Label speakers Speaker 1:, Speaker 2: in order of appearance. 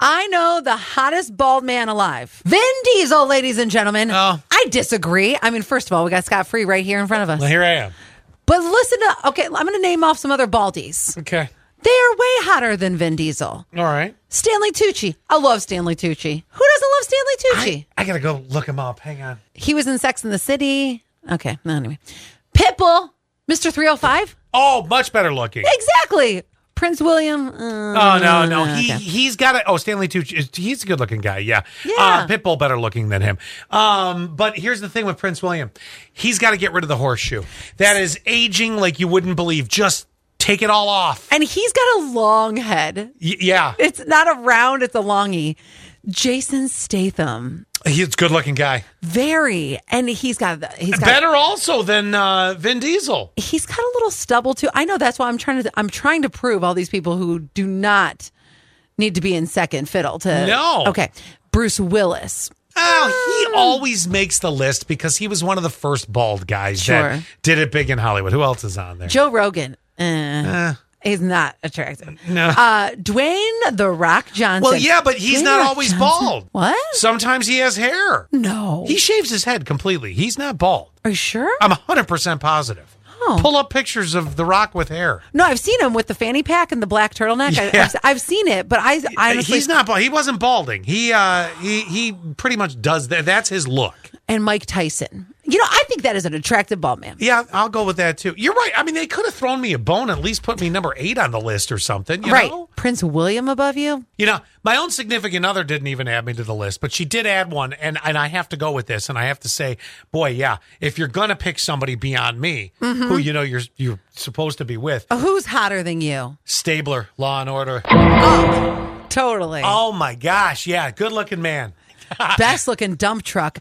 Speaker 1: I know the hottest bald man alive. Vin Diesel, ladies and gentlemen.
Speaker 2: Oh.
Speaker 1: I disagree. I mean, first of all, we got Scott Free right here in front of us.
Speaker 2: Well, here I am.
Speaker 1: But listen to, okay, I'm going to name off some other baldies.
Speaker 2: Okay.
Speaker 1: They are way hotter than Vin Diesel.
Speaker 2: All right.
Speaker 1: Stanley Tucci. I love Stanley Tucci. Who doesn't love Stanley Tucci?
Speaker 2: I, I gotta go look him up. Hang on.
Speaker 1: He was in Sex in the City. Okay, no, anyway. Pitbull, Mr. 305.
Speaker 2: Oh, much better looking.
Speaker 1: Exactly. Prince William. uh,
Speaker 2: Oh no, no, he
Speaker 1: okay.
Speaker 2: he's got a oh Stanley Tucci. is- He's a good looking guy. Yeah,
Speaker 1: Yeah.
Speaker 2: Uh, Pitbull better looking than him. Um, but here's the thing with Prince William, he's got to get rid of the horseshoe. That is aging like you wouldn't believe. Just take it all off.
Speaker 1: And he's got a long head.
Speaker 2: Y- yeah,
Speaker 1: It's not a round, it's a longy. Jason Statham.
Speaker 2: he's a good looking guy.
Speaker 1: Very. And he's got the- he's got
Speaker 2: Better also than uh, Vin Diesel.
Speaker 1: he's got a little stubble too. I know that's why I'm trying to I'm trying to prove all these people who do not need to be in second fiddle to
Speaker 2: No.
Speaker 1: Okay. Bruce Willis. Mm.
Speaker 2: Oh,
Speaker 1: Ah.
Speaker 2: he always makes the list because he was one of the first bald guys
Speaker 1: Sure.
Speaker 2: that did it big in Hollywood. Who else is on there?
Speaker 1: Joe Rogan. Uh, he's not attractive.
Speaker 2: No.
Speaker 1: Uh Dwayne the Rock Johnson.
Speaker 2: well, yeah, but he's
Speaker 1: Dwayne
Speaker 2: not
Speaker 1: Rock
Speaker 2: always
Speaker 1: Johnson.
Speaker 2: bald.
Speaker 1: What?
Speaker 2: Sometimes he has hair.
Speaker 1: No.
Speaker 2: He shaves his head completely. He's not bald.
Speaker 1: Are you sure?
Speaker 2: I'm 100% positive.
Speaker 1: Oh.
Speaker 2: Pull up pictures of The Rock with hair.
Speaker 1: No, I've seen him with the fanny pack and the black turtleneck. I,
Speaker 2: Yeah. Uh,
Speaker 1: I've, I've seen it, but I honestly
Speaker 2: He's not bald. He wasn't balding. He uh he he pretty much does that. That's his look.
Speaker 1: and Mike Tyson. You know, I think that is an attractive bald man.
Speaker 2: Yeah, I'll go with that too. You're right. I mean, they could have thrown me a bone, at least put me number 8 on the list or something, you
Speaker 1: right,
Speaker 2: know?
Speaker 1: Prince William above you.
Speaker 2: You know, my own significant other didn't even add me to the list, but she did add one, and and I have to go with this, and I have to say, boy, yeah, if you're gonna pick somebody beyond me, who you know you're you're supposed to be with,
Speaker 1: Oh, Who's hotter than you?
Speaker 2: Stabler, Law and Order.
Speaker 1: Totally.
Speaker 2: Oh my gosh, yeah, good looking man.
Speaker 1: Best looking dump truck.